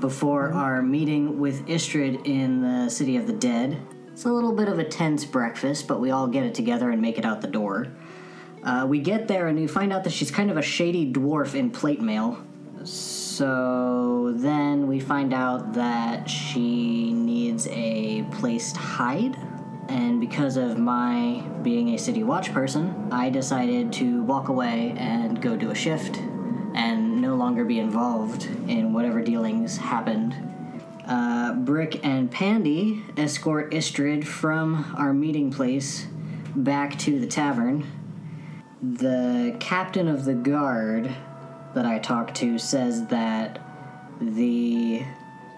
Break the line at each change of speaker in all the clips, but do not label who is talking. before
Mm-hmm.
our meeting with Istrid in the City of the Dead. It's a little bit of a tense breakfast, but we all get it together and make it out the door. Uh, we get there and we find out that she's kind of a shady dwarf in plate mail. So then we find out that she needs a place to hide. And because of my being a city watch person, I decided to walk away and go do a shift and no longer be involved in whatever dealings happened. Uh, Brick and Pandy escort Istrid from our meeting place back to the tavern. The captain of the guard that I talked to says that the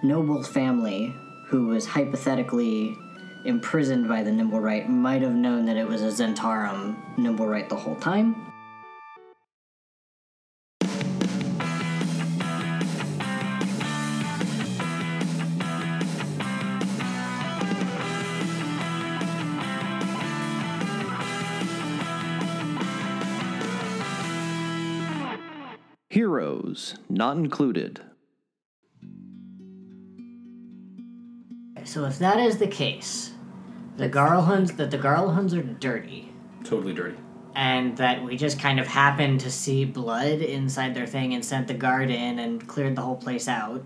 noble family who was hypothetically imprisoned by the Nimble Right might have known that it was a Zentarum Nimble Right the whole time.
Heroes Not Included.
So if that is the case, the Garlhuns that the Garlhuns are dirty,
Totally dirty.
and that we just kind of happened to see blood inside their thing and sent the guard in and cleared the whole place out.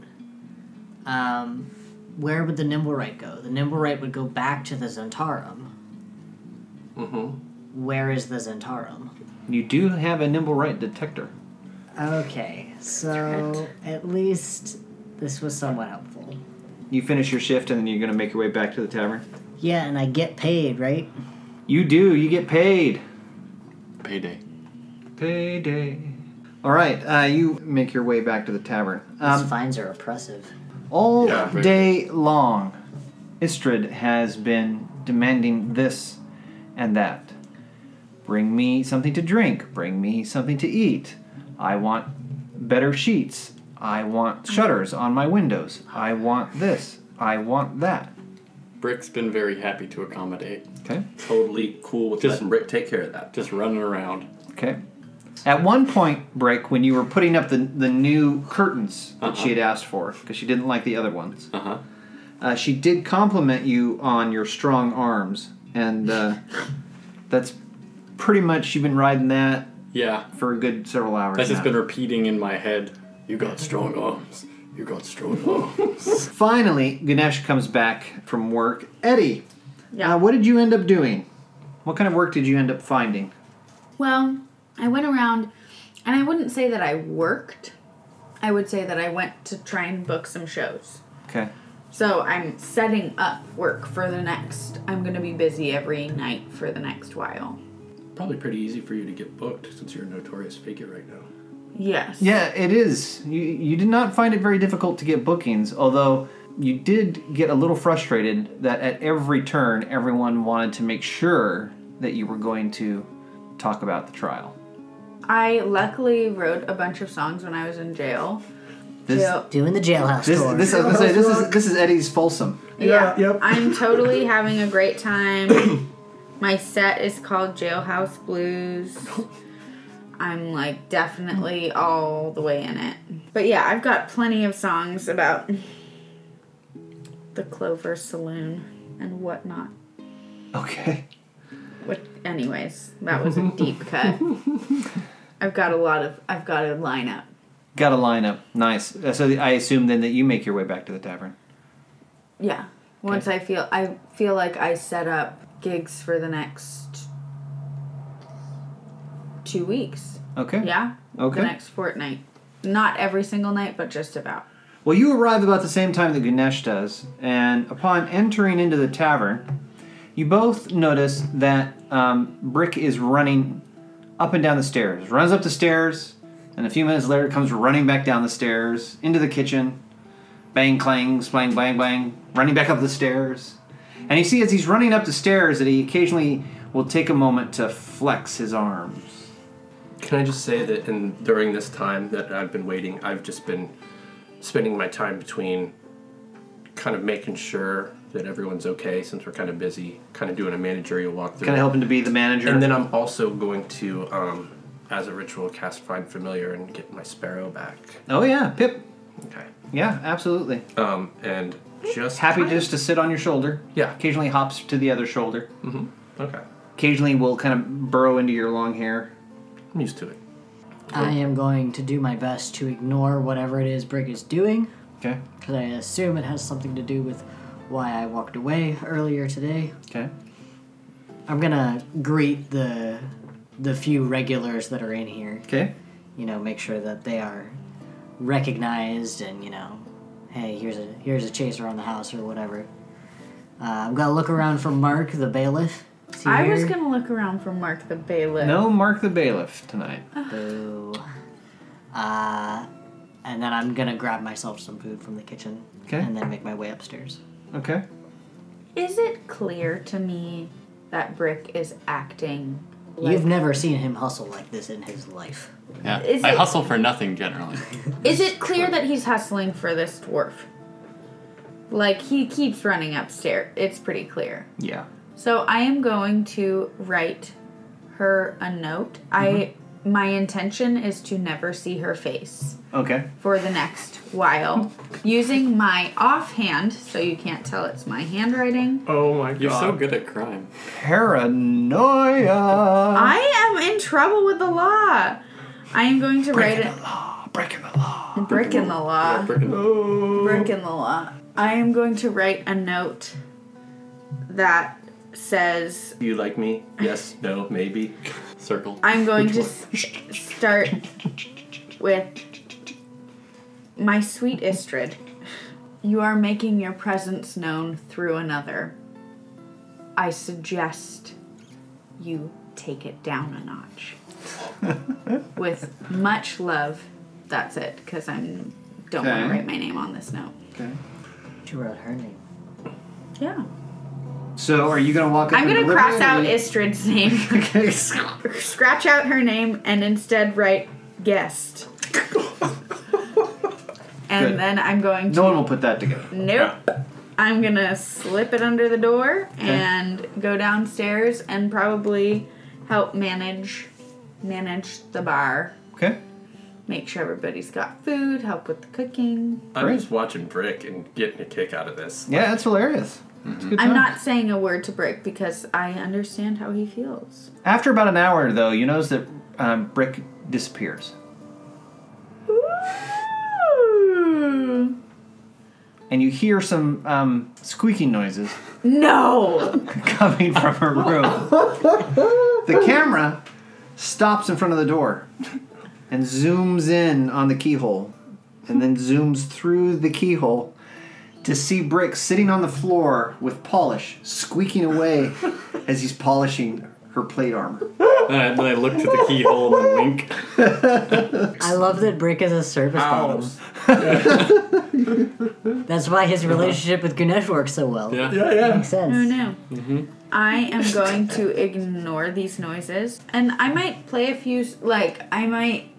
Um, where would the Nimblewright go? The Nimblewright would go back to the Zentarum. Mm-hmm. Where is the Zentarum?
You do have a nimble right detector.
Okay, so at least this was somewhat helpful.
You finish your shift and then you're gonna make your way back to the tavern.
Yeah, and I get paid, right?
You do. You get paid.
Payday.
Payday. All right. Uh, you make your way back to the tavern.
These
Um,
fines are oppressive.
all
Yeah, right.
day long, Istrid has been demanding this and that. Bring me something to drink. Bring me something to eat. I want better sheets. I want shutters on my windows. I want this. I want that.
Brick's been very happy to accommodate.
Okay.
Totally cool with just letting Brick take care of that. Just running around.
Okay. At one point, Brick, when you were putting up the, the new curtains that she had asked for, because she didn't like the other ones,
Uh-huh.
uh, she did compliment you on your strong arms. And uh, that's pretty much, you've been riding that
Yeah.
for a good several hours.
That's just
now.
been repeating in my head. You got strong arms. You got strong arms.
Finally, Ganesh comes back from work. Eddie,
Yeah.
uh, what did you end up doing? What kind of work did you end up finding?
Well, I went around and I wouldn't say that I worked. I would say that I went to try and book some shows.
Okay.
So I'm setting up work for the next. I'm going to be busy every night for the next while.
Probably pretty easy for you to get booked since you're a notorious figure right now.
Yes.
Yeah, it is. You, you did not find it very difficult to get bookings, although you did get a little frustrated that at every turn everyone wanted to make sure that you were going to talk about the trial.
I luckily wrote a bunch of songs when I was in jail.
This,
Jail-
Doing the jailhouse
this,
tour.
this, I was gonna say, this is this is Eddie's Folsom.
Yeah. I'm totally having a great time. My set is called Jailhouse Blues. I'm like definitely all the way in it. But yeah, I've got plenty of songs about the Clover Saloon and whatnot.
Okay.
What, anyways, that was a deep cut. I've got a lot of. I've got a lineup.
Got a lineup. Nice. Uh, So I assume then that you make your way back to the tavern.
Yeah. Once I feel, I feel like I set up gigs for the next two weeks.
Okay.
Yeah.
Okay.
The next fortnight. Not every single night, but just about.
Well, you arrive about the same time that Ganesh does, and upon entering into the tavern, you both notice that um, Brick is running up and down the stairs. Runs up the stairs, and a few minutes later comes running back down the stairs into the kitchen, Bang, clang, splang, bang, bang, running back up the stairs. And you see as he's running up the stairs that he occasionally will take a moment to flex his arms.
Can I just say that in during this time that I've been waiting, I've just been spending my time between kind of making sure that everyone's okay since we're kind of busy, kind of doing a managerial walkthrough.
Kind of helping to be the manager.
And then I'm also going to, um, as a ritual, cast Find Familiar and get my sparrow back.
oh yeah, Pip.
Okay.
Yeah, absolutely.
Um, and just
Happy just to sit on your shoulder.
Yeah.
Occasionally hops to the other shoulder.
Okay.
Occasionally will kind of burrow into your long hair.
I'm used to it.
I am going to do my best to ignore whatever it is Brick is doing,
Okay.
because I assume it has something to do with why I walked away earlier today.
Okay.
I'm gonna greet the the few regulars that are in here.
Okay.
You know, make sure that they are recognized and you know, hey, here's a here's a chaser on the house or whatever. Uh, I'm gonna look around for Mark, the bailiff. Is he
I was
here?
gonna look around for Mark the Bailiff.
No Mark the Bailiff tonight.
Boo. Uh, and then I'm gonna grab myself some food from the kitchen.
'Kay.
And then make my way upstairs.
Okay.
Is it clear to me that Brick is acting like
You've never seen him hustle like this in his life.
Yeah.
Is
I
it-
hustle for nothing generally.
Is it clear that he's hustling for this dwarf? Like he keeps running upstairs. It's pretty clear.
Yeah.
So I am going to write her a note. I my intention is to never see her face
Okay.
for the next while using my offhand so you can't tell it's my handwriting.
Oh my
You're so good at crime.
Paranoia.
I am in trouble with the law. I am going to write it
Ah, Breaking the law.
brick in the law.
Freaking-
brick in the law. I am going to write a note that says
Do you like me? Yes, no, maybe.
Circle.
I'm going to s- start with my sweet Istrid. You are making your presence known through another. I suggest you take it down a notch. with much love. That's it, because I'm don't want
Okay.
to write my name on this note.
Okay.
She wrote her name.
Yeah.
So are you gonna walk up?
I'm
and
gonna
deliver
cross
it, or
out
you-
Istrid's name,
Okay.
scratch out her name, and instead write guest. and
Good.
then I'm going to
No one will put that together.
nope. I'm gonna slip it under the door and go downstairs and probably help manage manage the bar.
Okay.
Make sure everybody's got food, help with the cooking.
I'm just watching Brick and getting a kick out of this.
Yeah, that's hilarious. It's good
I'm
time.
not saying a word to Brick because I understand how he feels.
After about an hour, though, you notice that um, Brick disappears,
Ooh.
and you hear some um, squeaking noises
No!
coming from her room. the camera stops in front of the door and zooms in on the keyhole, and then zooms through the keyhole to see Brick sitting on the floor with polish squeaking away as he's polishing her plate armor.
Then I, then I look to the keyhole and wink.
I love that Brick is a service
Um,
bottom. That's why his relationship with Ganesh works so well.
Yeah.
Yeah, yeah.
Makes sense.
Oh no. I am going to ignore these noises. And I might play a few, s- like, I might.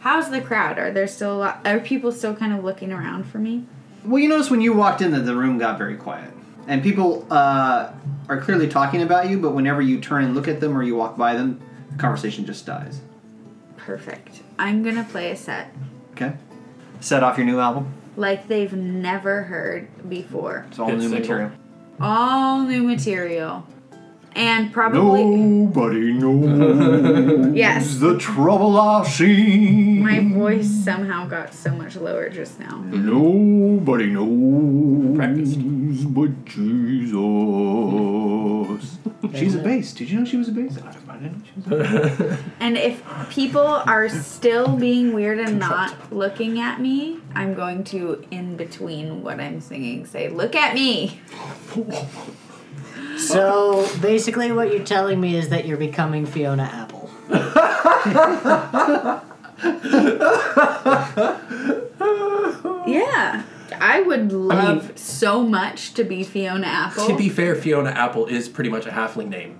How's the crowd? Are there still a lot? Are people still kind of looking around for me?
Well, you notice when you walked in that the room got very quiet, and people uh, are clearly talking about you. But whenever you turn and look at them, or you walk by them, the conversation just dies.
Perfect. I'm gonna play a set
Okay. Set off your new album.
like they've never heard before.
It's all
Hit
new
single.
material.
All new material. And probably.
Nobody knows
Yes.
the trouble I've seen.
My voice somehow got so much lower just now.
Nobody knows
Practiced.
but Jesus. She's a bass. Did you know she was a bass? I didn't know she was a bass.
And if people are still being weird and not looking at me, I'm going to, in between what I'm singing, say, Look at me!
So basically, what you're telling me is that you're becoming Fiona Apple.
Yeah. I would love so much to be Fiona Apple.
To be fair, Fiona Apple is pretty much a halfling name.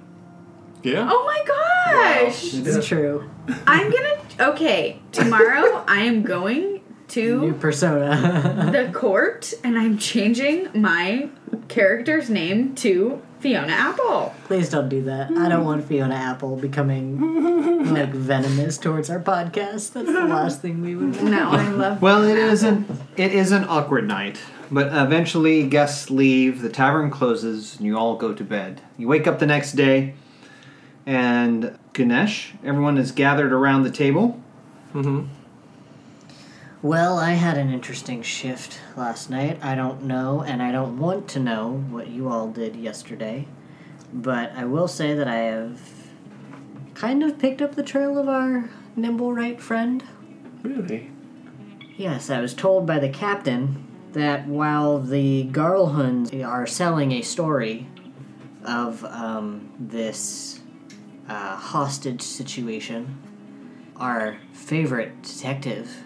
Yeah.
oh my gosh!
Yeah.
It's true.
I'm gonna. Okay, tomorrow I am going
New
to
persona.
the court and I'm changing my character's name to Fiona Apple.
Please don't do that. I don't want Fiona Apple becoming like venomous towards our podcast. That's the last thing we would want.
No, I love.
Well, it is an it is an awkward night, but eventually guests leave, the tavern closes, and you all go to bed. You wake up the next day, and Ganesh, everyone is gathered around the table.
Well, I had an interesting shift last night. I don't know, and I don't want to know what you all did yesterday, but I will say that I have kind of picked up the trail of our nimble right friend.
Really?
Yes, I was told by the captain that while the Garlhuns are selling a story of um, this uh, hostage situation, our favorite detective,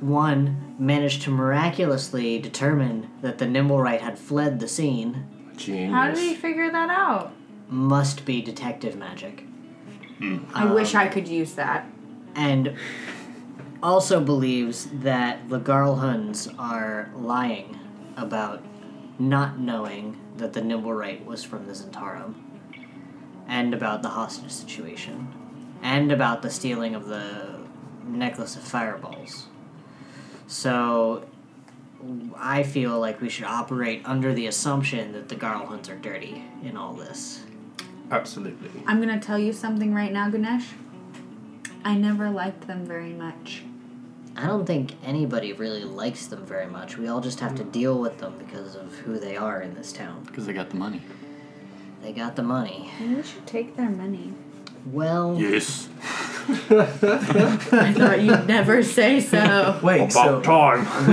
one, managed to miraculously determine that the Nimblewright had fled the scene,
Genius.
How did he figure that out?
must be detective magic.
I wish I could use that.
and also believes that the Garlhuns are lying about not knowing that the Nimblerite was from the Zentarum, and about the hostage situation, and about the stealing of the necklace of fireballs. So I feel like we should operate under the assumption that the Garlhuns are dirty in all this.
Absolutely.
I'm gonna tell you something right now, Ganesh. I never liked them very much.
I don't think anybody really likes them very much. We all just have to deal with them because of who they are in this town.
Because they got the money.
They got the money.
Maybe we should take their money.
Well,
Yes.
I thought you'd never say so.
Wait, so
time.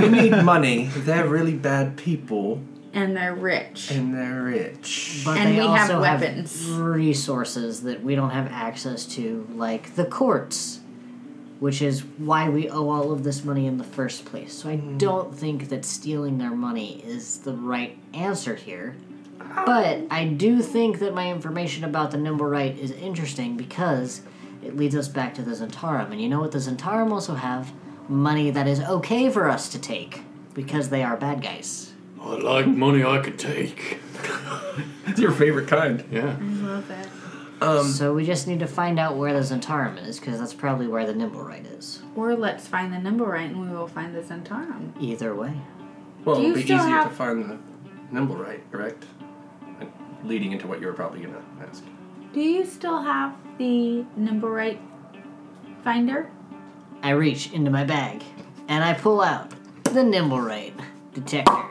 we need money. They're really bad people,
And they're rich.
and they're rich.
but
And
they
we have
also
weapons.
resources that we don't have access to, like the courts, which is why we owe all of this money in the first place. So I
Mm-hmm.
don't think that stealing their money is the right answer here. But I do think that my information about the Nimble Right is interesting because it leads us back to the Zentarum. And you know what? The Zentarum also have money that is okay for us to take because they are bad guys.
I like money I could take.
It's your favorite kind.
Yeah.
I love it.
so we just need to find out where the Zentarum is because that's probably where the Nimble Right is.
Or let's find the number right and we will find the Centaurum.
Either way.
Well, it'll
Do you
be easier
still
to
have-
find the nimble right, correct? And leading into what you were probably gonna ask.
Do you still have the number right finder?
I reach into my bag and I pull out the Nimblerite detector.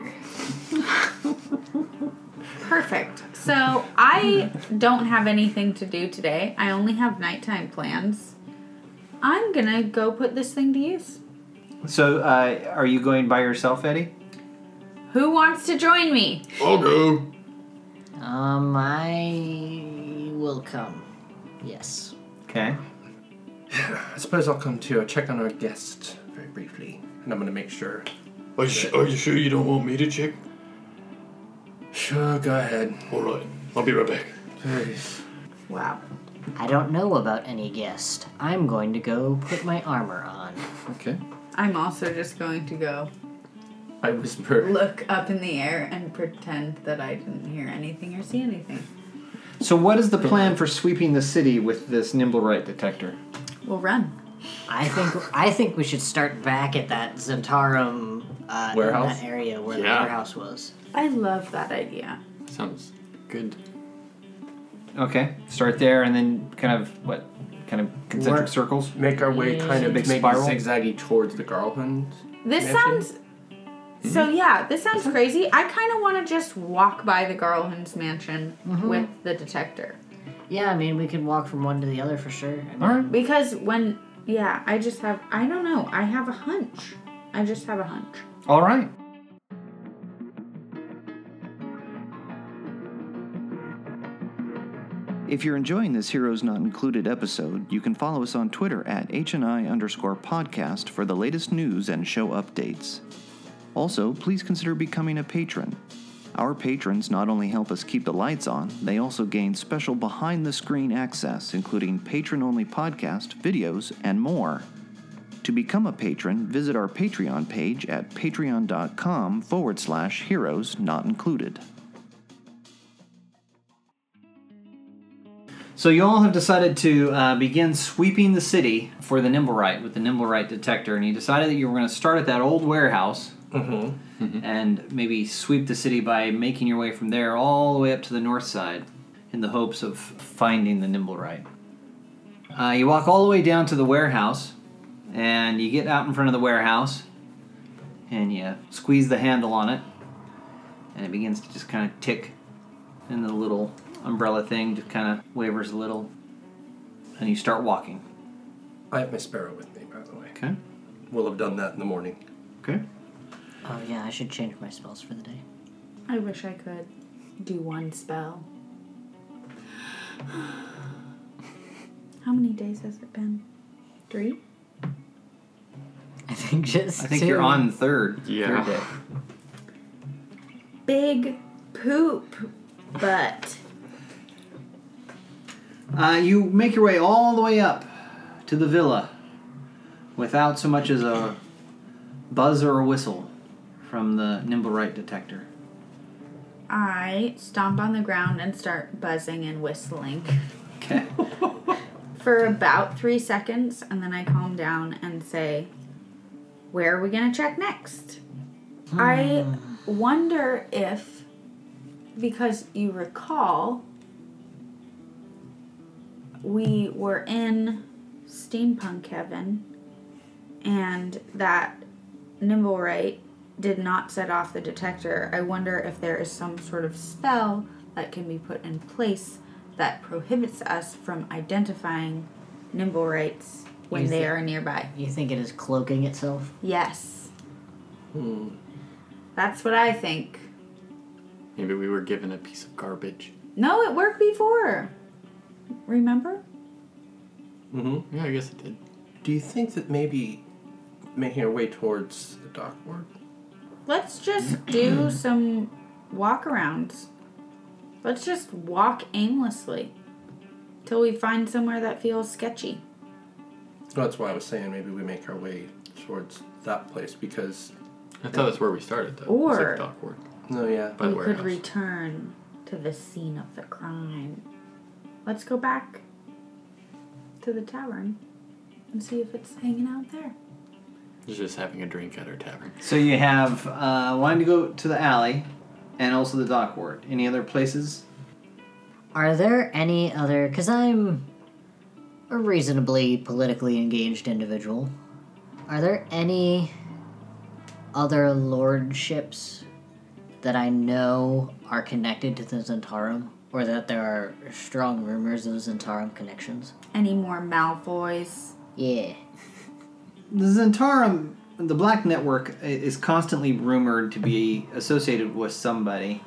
Perfect. So I don't have anything to do today. I only have nighttime plans. I'm gonna go put this thing to use.
So, uh, are you going by yourself, Eddie?
Who wants to join me?
I'll go.
Um, I will come. Yes.
Okay.
I suppose I'll come to check on our guest very briefly, and I'm gonna make sure.
Are you, su- are you sure you don't want me to check?
Sure, go ahead.
All right. I'll be right back.
Wow.
I don't know about any guest. I'm going to go put my armor on.
Okay.
I'm also just going to go
I whisper.
look up in the air and pretend that I didn't hear anything or see anything.
So, what is the plan for sweeping the city with this Nimblerite detector?
We'll run.
I think I think we should start back at that Zentarum uh, in
Warehouse?
that area where the
Yeah.
warehouse was.
I love that idea.
Sounds good.
Okay, start there, and then kind of what? Kind of concentric
Work.
circles.
Make our way kind of
Big
making
spiral?
zigzaggy towards the Garland.
This
Mansion?
sounds. So yeah, this sounds crazy. I kind of want to just walk by the Garland's mansion with the detector
Yeah, I mean we can walk from one to the other for sure. I mean,
All right.
because when yeah, I just have I don't know. I have a hunch. I just have a hunch.
All right.
If you're enjoying this Heroes Not Included episode, you can follow us on Twitter at HNI underscore podcast for the latest news and show updates. Also, please consider becoming a patron. Our patrons not only help us keep the lights on, they also gain special behind the screen access, including patron only podcasts, videos, and more. To become a patron, visit our Patreon page at patreon.com forward slash heroes not included.
So you all have decided to uh, begin sweeping the city for the Nimblewright with the Nimblewright detector, and you decided that you were going to start at that old warehouse and maybe sweep the city by making your way from there all the way up to the north side in the hopes of finding the Nimblewright. Uh, you walk all the way down to the warehouse, and you get out in front of the warehouse, and you squeeze the handle on it, and it begins to just kind of tick and the little umbrella thing just kind of wavers a little, and you start walking.
I have my sparrow with me, by the way.
Okay.
We'll have done that in the morning.
Okay.
Oh yeah, I should change my spells for the day.
I wish I could do one spell. How many days has it been? Three?
I think just.
I think
two.
you're on third.
Yeah.
Third day.
Big poop butt.
Uh, you make your way all the way up to the villa without so much as a buzz or a whistle from the Nimblewright detector.
I stomp on the ground and start buzzing and whistling
Okay.
for about three seconds, and then I calm down and say, Where are we gonna check next? I wonder if, because you recall, we were in steampunk heaven, and that nimble right did not set off the detector. I wonder if there is some sort of spell that can be put in place that prohibits us from identifying nimble rights when
Use
they
it.
are nearby.
You think it is cloaking itself?
Yes.
Hmm.
That's what I think.
Maybe we were given a piece of garbage.
No, it worked before. Remember?
Mm-hmm.
Yeah, I guess it did.
Do you think that maybe making our way towards the dock ward?
Let's just do some walkarounds. Let's just walk aimlessly till we find somewhere that feels sketchy.
Well, that's why I was saying maybe we make our way towards that place because.
I thought that's where we started, though. It was
Or-
like dock ward.
No, yeah.
By the
we could
warehouse.
return to the scene of the crime. Let's go back to the tavern and see if it's hanging out there.
It's just having a drink at our tavern.
so you have uh, wanting to go to the alley and also the dock ward. Any other places?
Are there any other? Because I'm a reasonably politically engaged individual. Are there any other lordships that I know are connected to the Zentarum, or that there are strong rumors of Zentarum connections?
Any more Malfoys?
Yeah.
The Zentarum, the Black Network, i- is constantly rumored to be associated with somebody.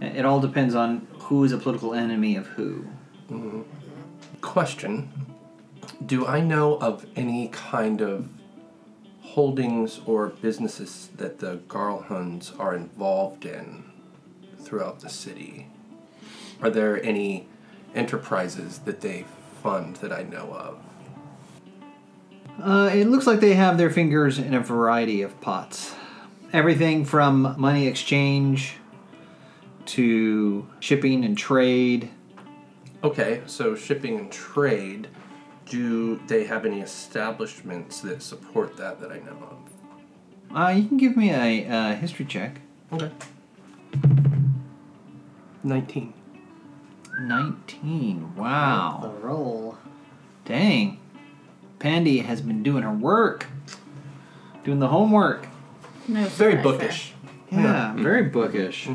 It all depends on who is a political enemy of who.
Question Do I know of any kind of holdings or businesses that the Garlhuns are involved in throughout the city? Are there any enterprises that they fund that I know of?
Uh, it looks like they have their fingers in a variety of pots. Everything from money exchange to shipping and trade.
Okay, so shipping and trade, do they have any establishments that support that that I know
Uh, you can give me a, uh history check.
of? Okay. 19.
19. Wow.
The roll.
Dang. Pandy has been doing her work, doing the homework.
No
Very
surprise
bookish.
Yeah, very bookish.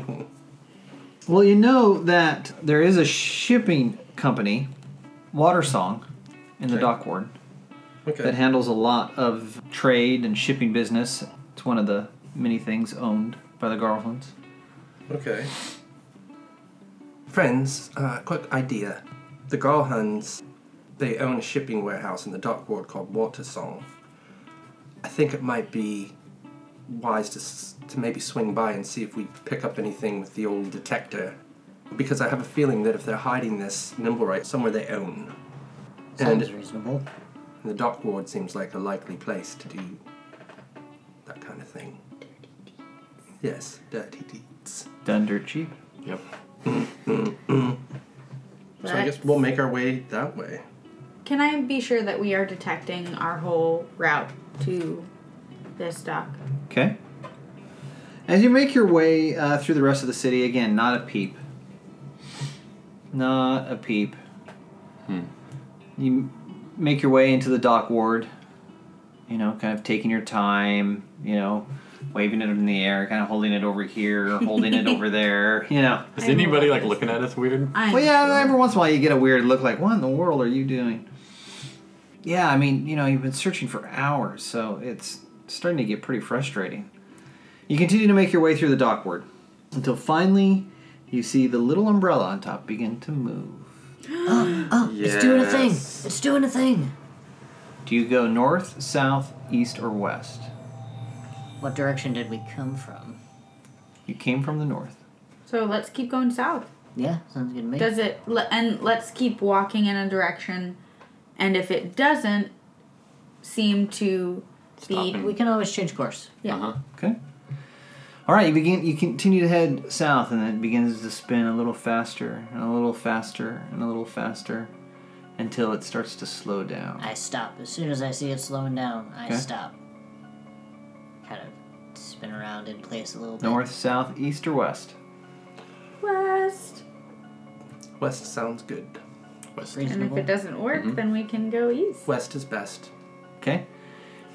well, you know that there is a shipping company, Watersong, in the
Okay.
dock ward that
Okay.
handles a lot of trade and shipping business. It's one of the many things owned by the Garfunds.
Okay. Friends, uh, quick idea. The Garlhuns, they own a shipping warehouse in the dock ward called Watersong. I think it might be wise to, s- to maybe swing by and see if we pick up anything with the old detector. Because I have a feeling that if they're hiding this Nimblerite somewhere they own, and
Sounds reasonable.
the dock ward seems like a likely place to do that kind of thing. Yes, dirty deeds.
Dunder cheap.
Yep.
So I guess we'll make our way that way.
Can I be sure that we are detecting our whole route to this dock?
Okay. As you make your way uh, through the rest of the city, again, not a peep. Not a peep. You make your way into the dock ward, you know, kind of taking your time, you know, waving it in the air, kind of holding it over here, holding it over there, you know.
Is anybody like looking at us weird?
Oh,
I'm
Well, yeah,
sure.
every once in a while you get a weird look like, what in the world are you doing? Yeah, I mean, you know, you've been searching for hours, so it's starting to get pretty frustrating. You continue to make your way through the dockward until finally you see the little umbrella on top begin to move.
Oh, it's doing a thing.
Yes.
It's doing a thing.
Do you go north, south, east, or west?
What direction did we come from?
You came from the north.
So let's keep going south.
Yeah, sounds good to me.
Does it? le- And let's keep walking in a direction. And if it doesn't seem to
Stop
be,
and-
we can always change course.
yeah.
Uh-huh.
Okay. All right, you begin. You continue to head south, and it begins to spin a little faster, and a little faster, and a little faster, until it starts to slow down.
I stop as soon as I see it slowing down. I
Okay.
stop. Kind of spin around in place a little bit.
North, south, east, or west?
west.
West sounds good.
West.
And if
Reasonable.
it doesn't work, then we can go east.
West is best.
Okay.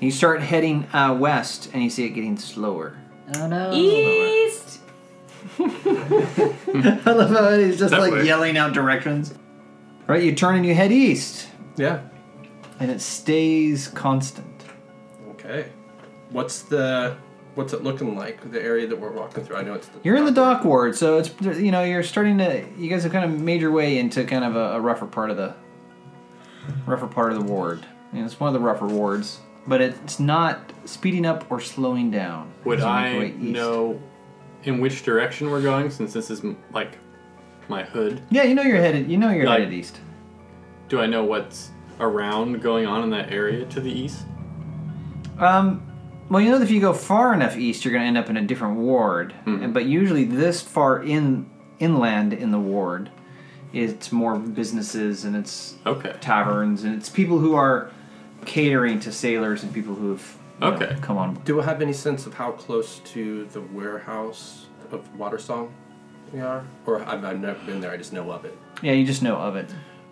You start heading uh, west, and you see it getting slower.
Oh no.
East.
I love how he's just
That
like
way.
yelling out directions. Right, you turn and you head east,
Yeah.
and it stays constant.
Okay. What's the what's it looking like? The area that we're walking through. I know it's the
You're in the dock ward, so it's you know you're starting to you guys have kind of made your way into kind of a, a rougher part of the rougher part of the ward. And it's one of the rougher wards, but it's not speeding up or slowing down.
Would
as you make your
I
way east.
know in which direction we're going since this is m- like my hood?
Yeah, you know you're headed. You know you're
Like-
headed east.
Do I know what's around going on in that area to the east?
Um, well, you know that if you go far enough east, you're going to end up in a different ward.
Mm-hmm.
And, but usually, this far in inland in the ward, it's more businesses and it's
Okay.
taverns and it's people who are catering to sailors and people who've you know,
Okay.
come on.
Do I have any sense of how close to the warehouse of Watersong we are? Or I've, I've never been there. I just know of it.
Yeah, you just know of it,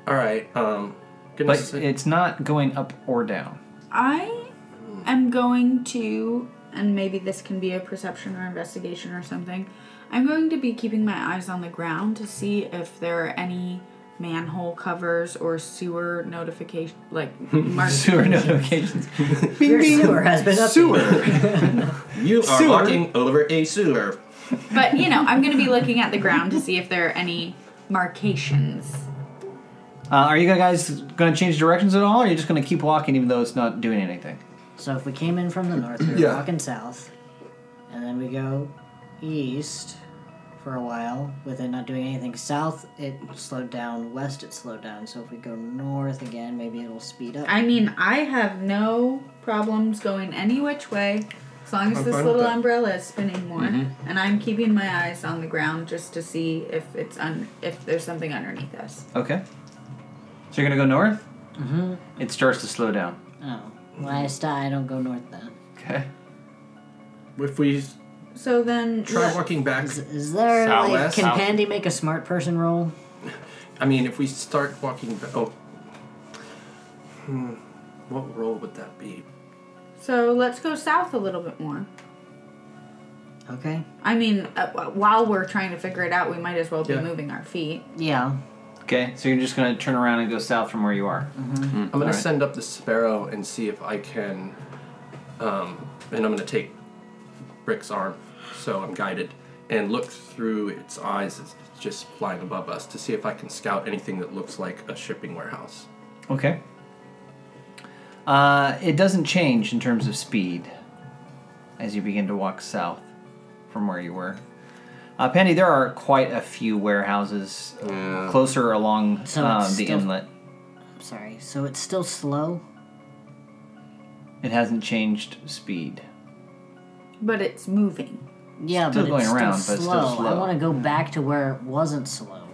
All right. Um.
but
Goodness. sake-
it's not going up or down.
I am going to, and maybe this can be a perception or investigation or something. I'm going to be keeping my eyes on the ground to see if there are any manhole covers or sewer notification, like mark-
Sewer notifications. bing,
Your sewer has been updated.
Sewer.
you are
sewer.
walking over a sewer.
But you know, I'm going to be looking at the ground to see if there are any markations.
Uh, are you guys going to change directions at all, or are you just going to keep walking even though it's not doing anything?
So if we came in from the north, we were
Yeah.
walking south, and then we go east for a while with it not doing anything. South, it slowed down. West, it slowed down. So if we go north again, maybe it'll speed up.
I mean, I have no problems going any which way as long as
I'm
this
fine with
little
that.
umbrella is spinning more. And I'm keeping my eyes on the ground just to see if it's un- if there's something underneath us.
Okay. So you're gonna go north. Mm-hmm. It starts to slow down.
oh, well, I stop. I don't go north then.
Okay.
If we
So then
try
le-
walking back,
Is, is there like
Southwest?
can
South-
Pandy make a smart person roll?
I mean, if we start walking back. Oh. Hmm. What role would that be?
so let's go south a little bit more.
Okay.
I mean, uh, wh- while we're trying to figure it out, we might as well be
Yeah.
moving our feet.
Yeah.
Okay. So you're just gonna turn around and go south from where you are.
I'm gonna
Alright.
send up the sparrow and see if I can. Um, and I'm gonna take Brick's arm, so I'm guided, and look through its eyes as it's just flying above us to see if I can scout anything that looks like a shipping warehouse.
Okay. Uh, it doesn't change in terms of speed. as you begin to walk south from where you were. Uh, Pandy, there are quite a few warehouses um, closer along
So
um,
it's
the
still-
inlet.
I'm sorry. So it's still slow.
It hasn't changed speed.
But it's moving.
Yeah,
Still
but
going
it's
around, but it's
still
still
slow. I
slow. Hmm.
want to go back to where it wasn't slow.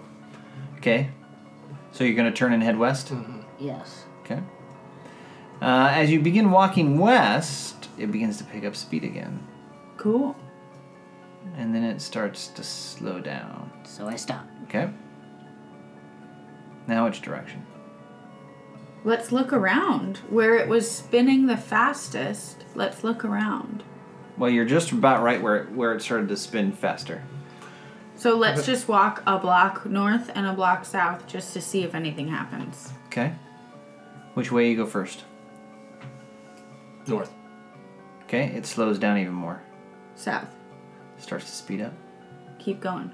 Okay. So you're going to turn and head west?
Yes.
Okay. Uh, as you begin walking west, it begins to pick up speed again.
Cool.
And then it starts to slow down.
So I stop.
Okay. Now which direction?
Let's look around. Where it was spinning the fastest, let's look around.
Well, you're just about right where it, where it started to spin faster.
So let's just walk a block north and a block south just to see if anything happens.
Okay. Which way you go first?
North.
Okay, it slows down even more.
South.
Starts to speed up.
Keep going.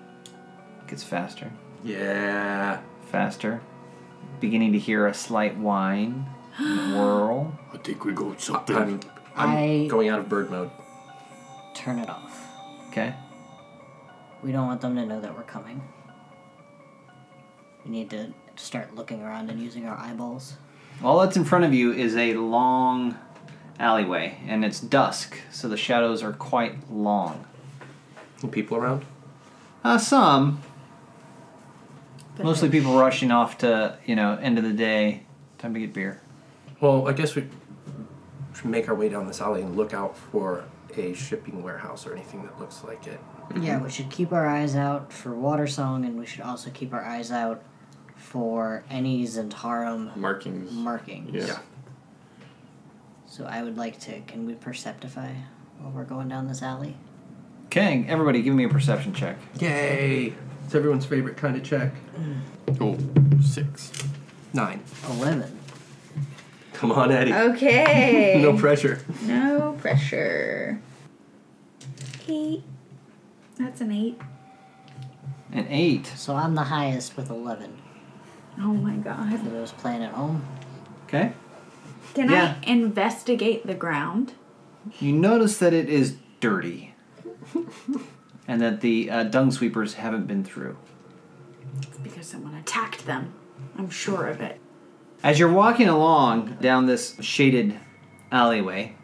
Gets faster.
Yeah.
Faster. Beginning to hear a slight whine. and whirl.
I think we got something.
I'm, I'm
I-
going out of bird mode.
Turn it off.
Okay.
We don't want them to know that we're coming. We need to start looking around and using our eyeballs.
All that's in front of you is a long alleyway, and it's dusk, so the shadows are quite long.
And people around?
Uh, some,
But
mostly people rushing off to, you know, end of the day, time to get beer.
Well, I guess we should make our way down this alley and look out for a shipping warehouse or anything that looks like it.
Mm-hmm.
Yeah, we should keep our eyes out for Water Song, and we should also keep our eyes out for any Zentarum
Markings.
markings.
Yeah.
Yeah.
So I would like to. Can we perceptify while we're going down this alley?
Okay, everybody, give me a perception check.
Yay! It's everyone's favorite kind of check.
Oh, six.
Nine.
Eleven.
Come on, Eddie.
Okay.
No pressure.
No pressure. Eight. That's an eight.
An eight.
So I'm the highest with eleven.
Oh my god.
For those playing at home,
Okay.
Can
Yeah.
I investigate the ground?
You notice that it is dirty, and that the uh, dung sweepers haven't been through.
It's because someone attacked them. I'm sure of it.
As you're walking along down this shaded alleyway,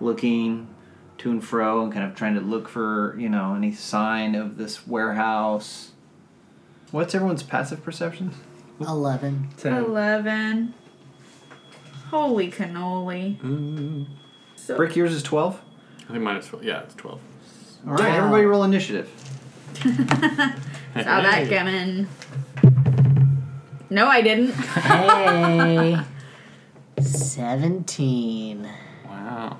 looking to and fro and kind of trying to look for, you know, any sign of this warehouse. What's everyone's passive perception?
eleven.
Eleven. Holy cannoli.
Mm.
So
Brick, yours is 12?
I think mine is twelve. Yeah, it's twelve.
All right,
Wow.
everybody roll initiative.
saw that coming. No, I didn't.
Hey. Seventeen.
Wow.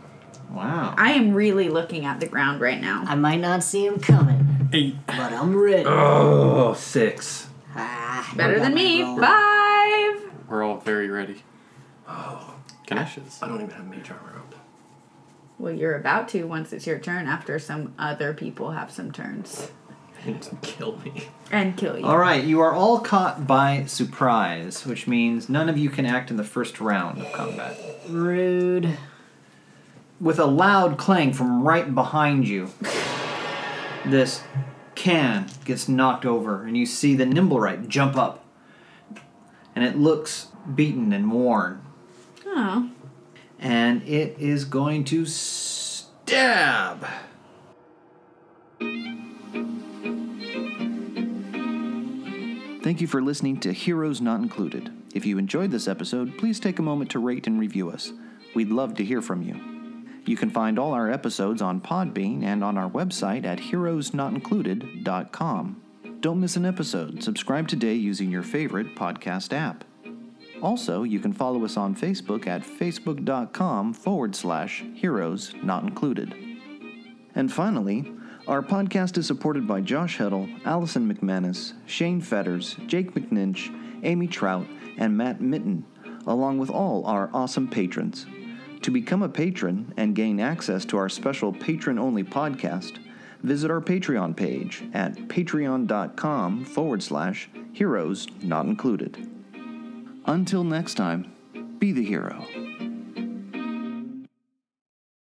Wow.
I am really looking at the ground right now.
I might not see him coming,
Eight.
but I'm ready.
Oh, six.
Ah,
Better
I
than
got my
me.
roll.
Five.
We're all very ready. Ganesha's.
I don't even have mage armor up.
Well, you're about to once it's your turn after some other people have some turns
And kill me.
and kill you.
All right, you are all caught by surprise, which means none of you can act in the first round of combat.
Rude.
with a loud clang from right behind you, this can gets knocked over, and you see the Nimblewright jump up. And it looks beaten and worn.
Oh.
And it is going to stab.
Thank you for listening to Heroes Not Included. If you enjoyed this episode, please take a moment to rate and review us. We'd love to hear from you. You can find all our episodes on Podbean and on our website at heroesnotincluded.com. Don't miss an episode. Subscribe today using your favorite podcast app. Also, you can follow us on Facebook at facebook.com forward slash heroes not included. And finally, our podcast is supported by Josh Heddle, Allison McManus, Shane Fetters, Jake McNinch, Amy Trout, and Matt Mitten, along with all our awesome patrons. To become a patron and gain access to our special patron only podcast, visit our Patreon page at patreon.com forward slash heroes not included. Until next time, be the hero.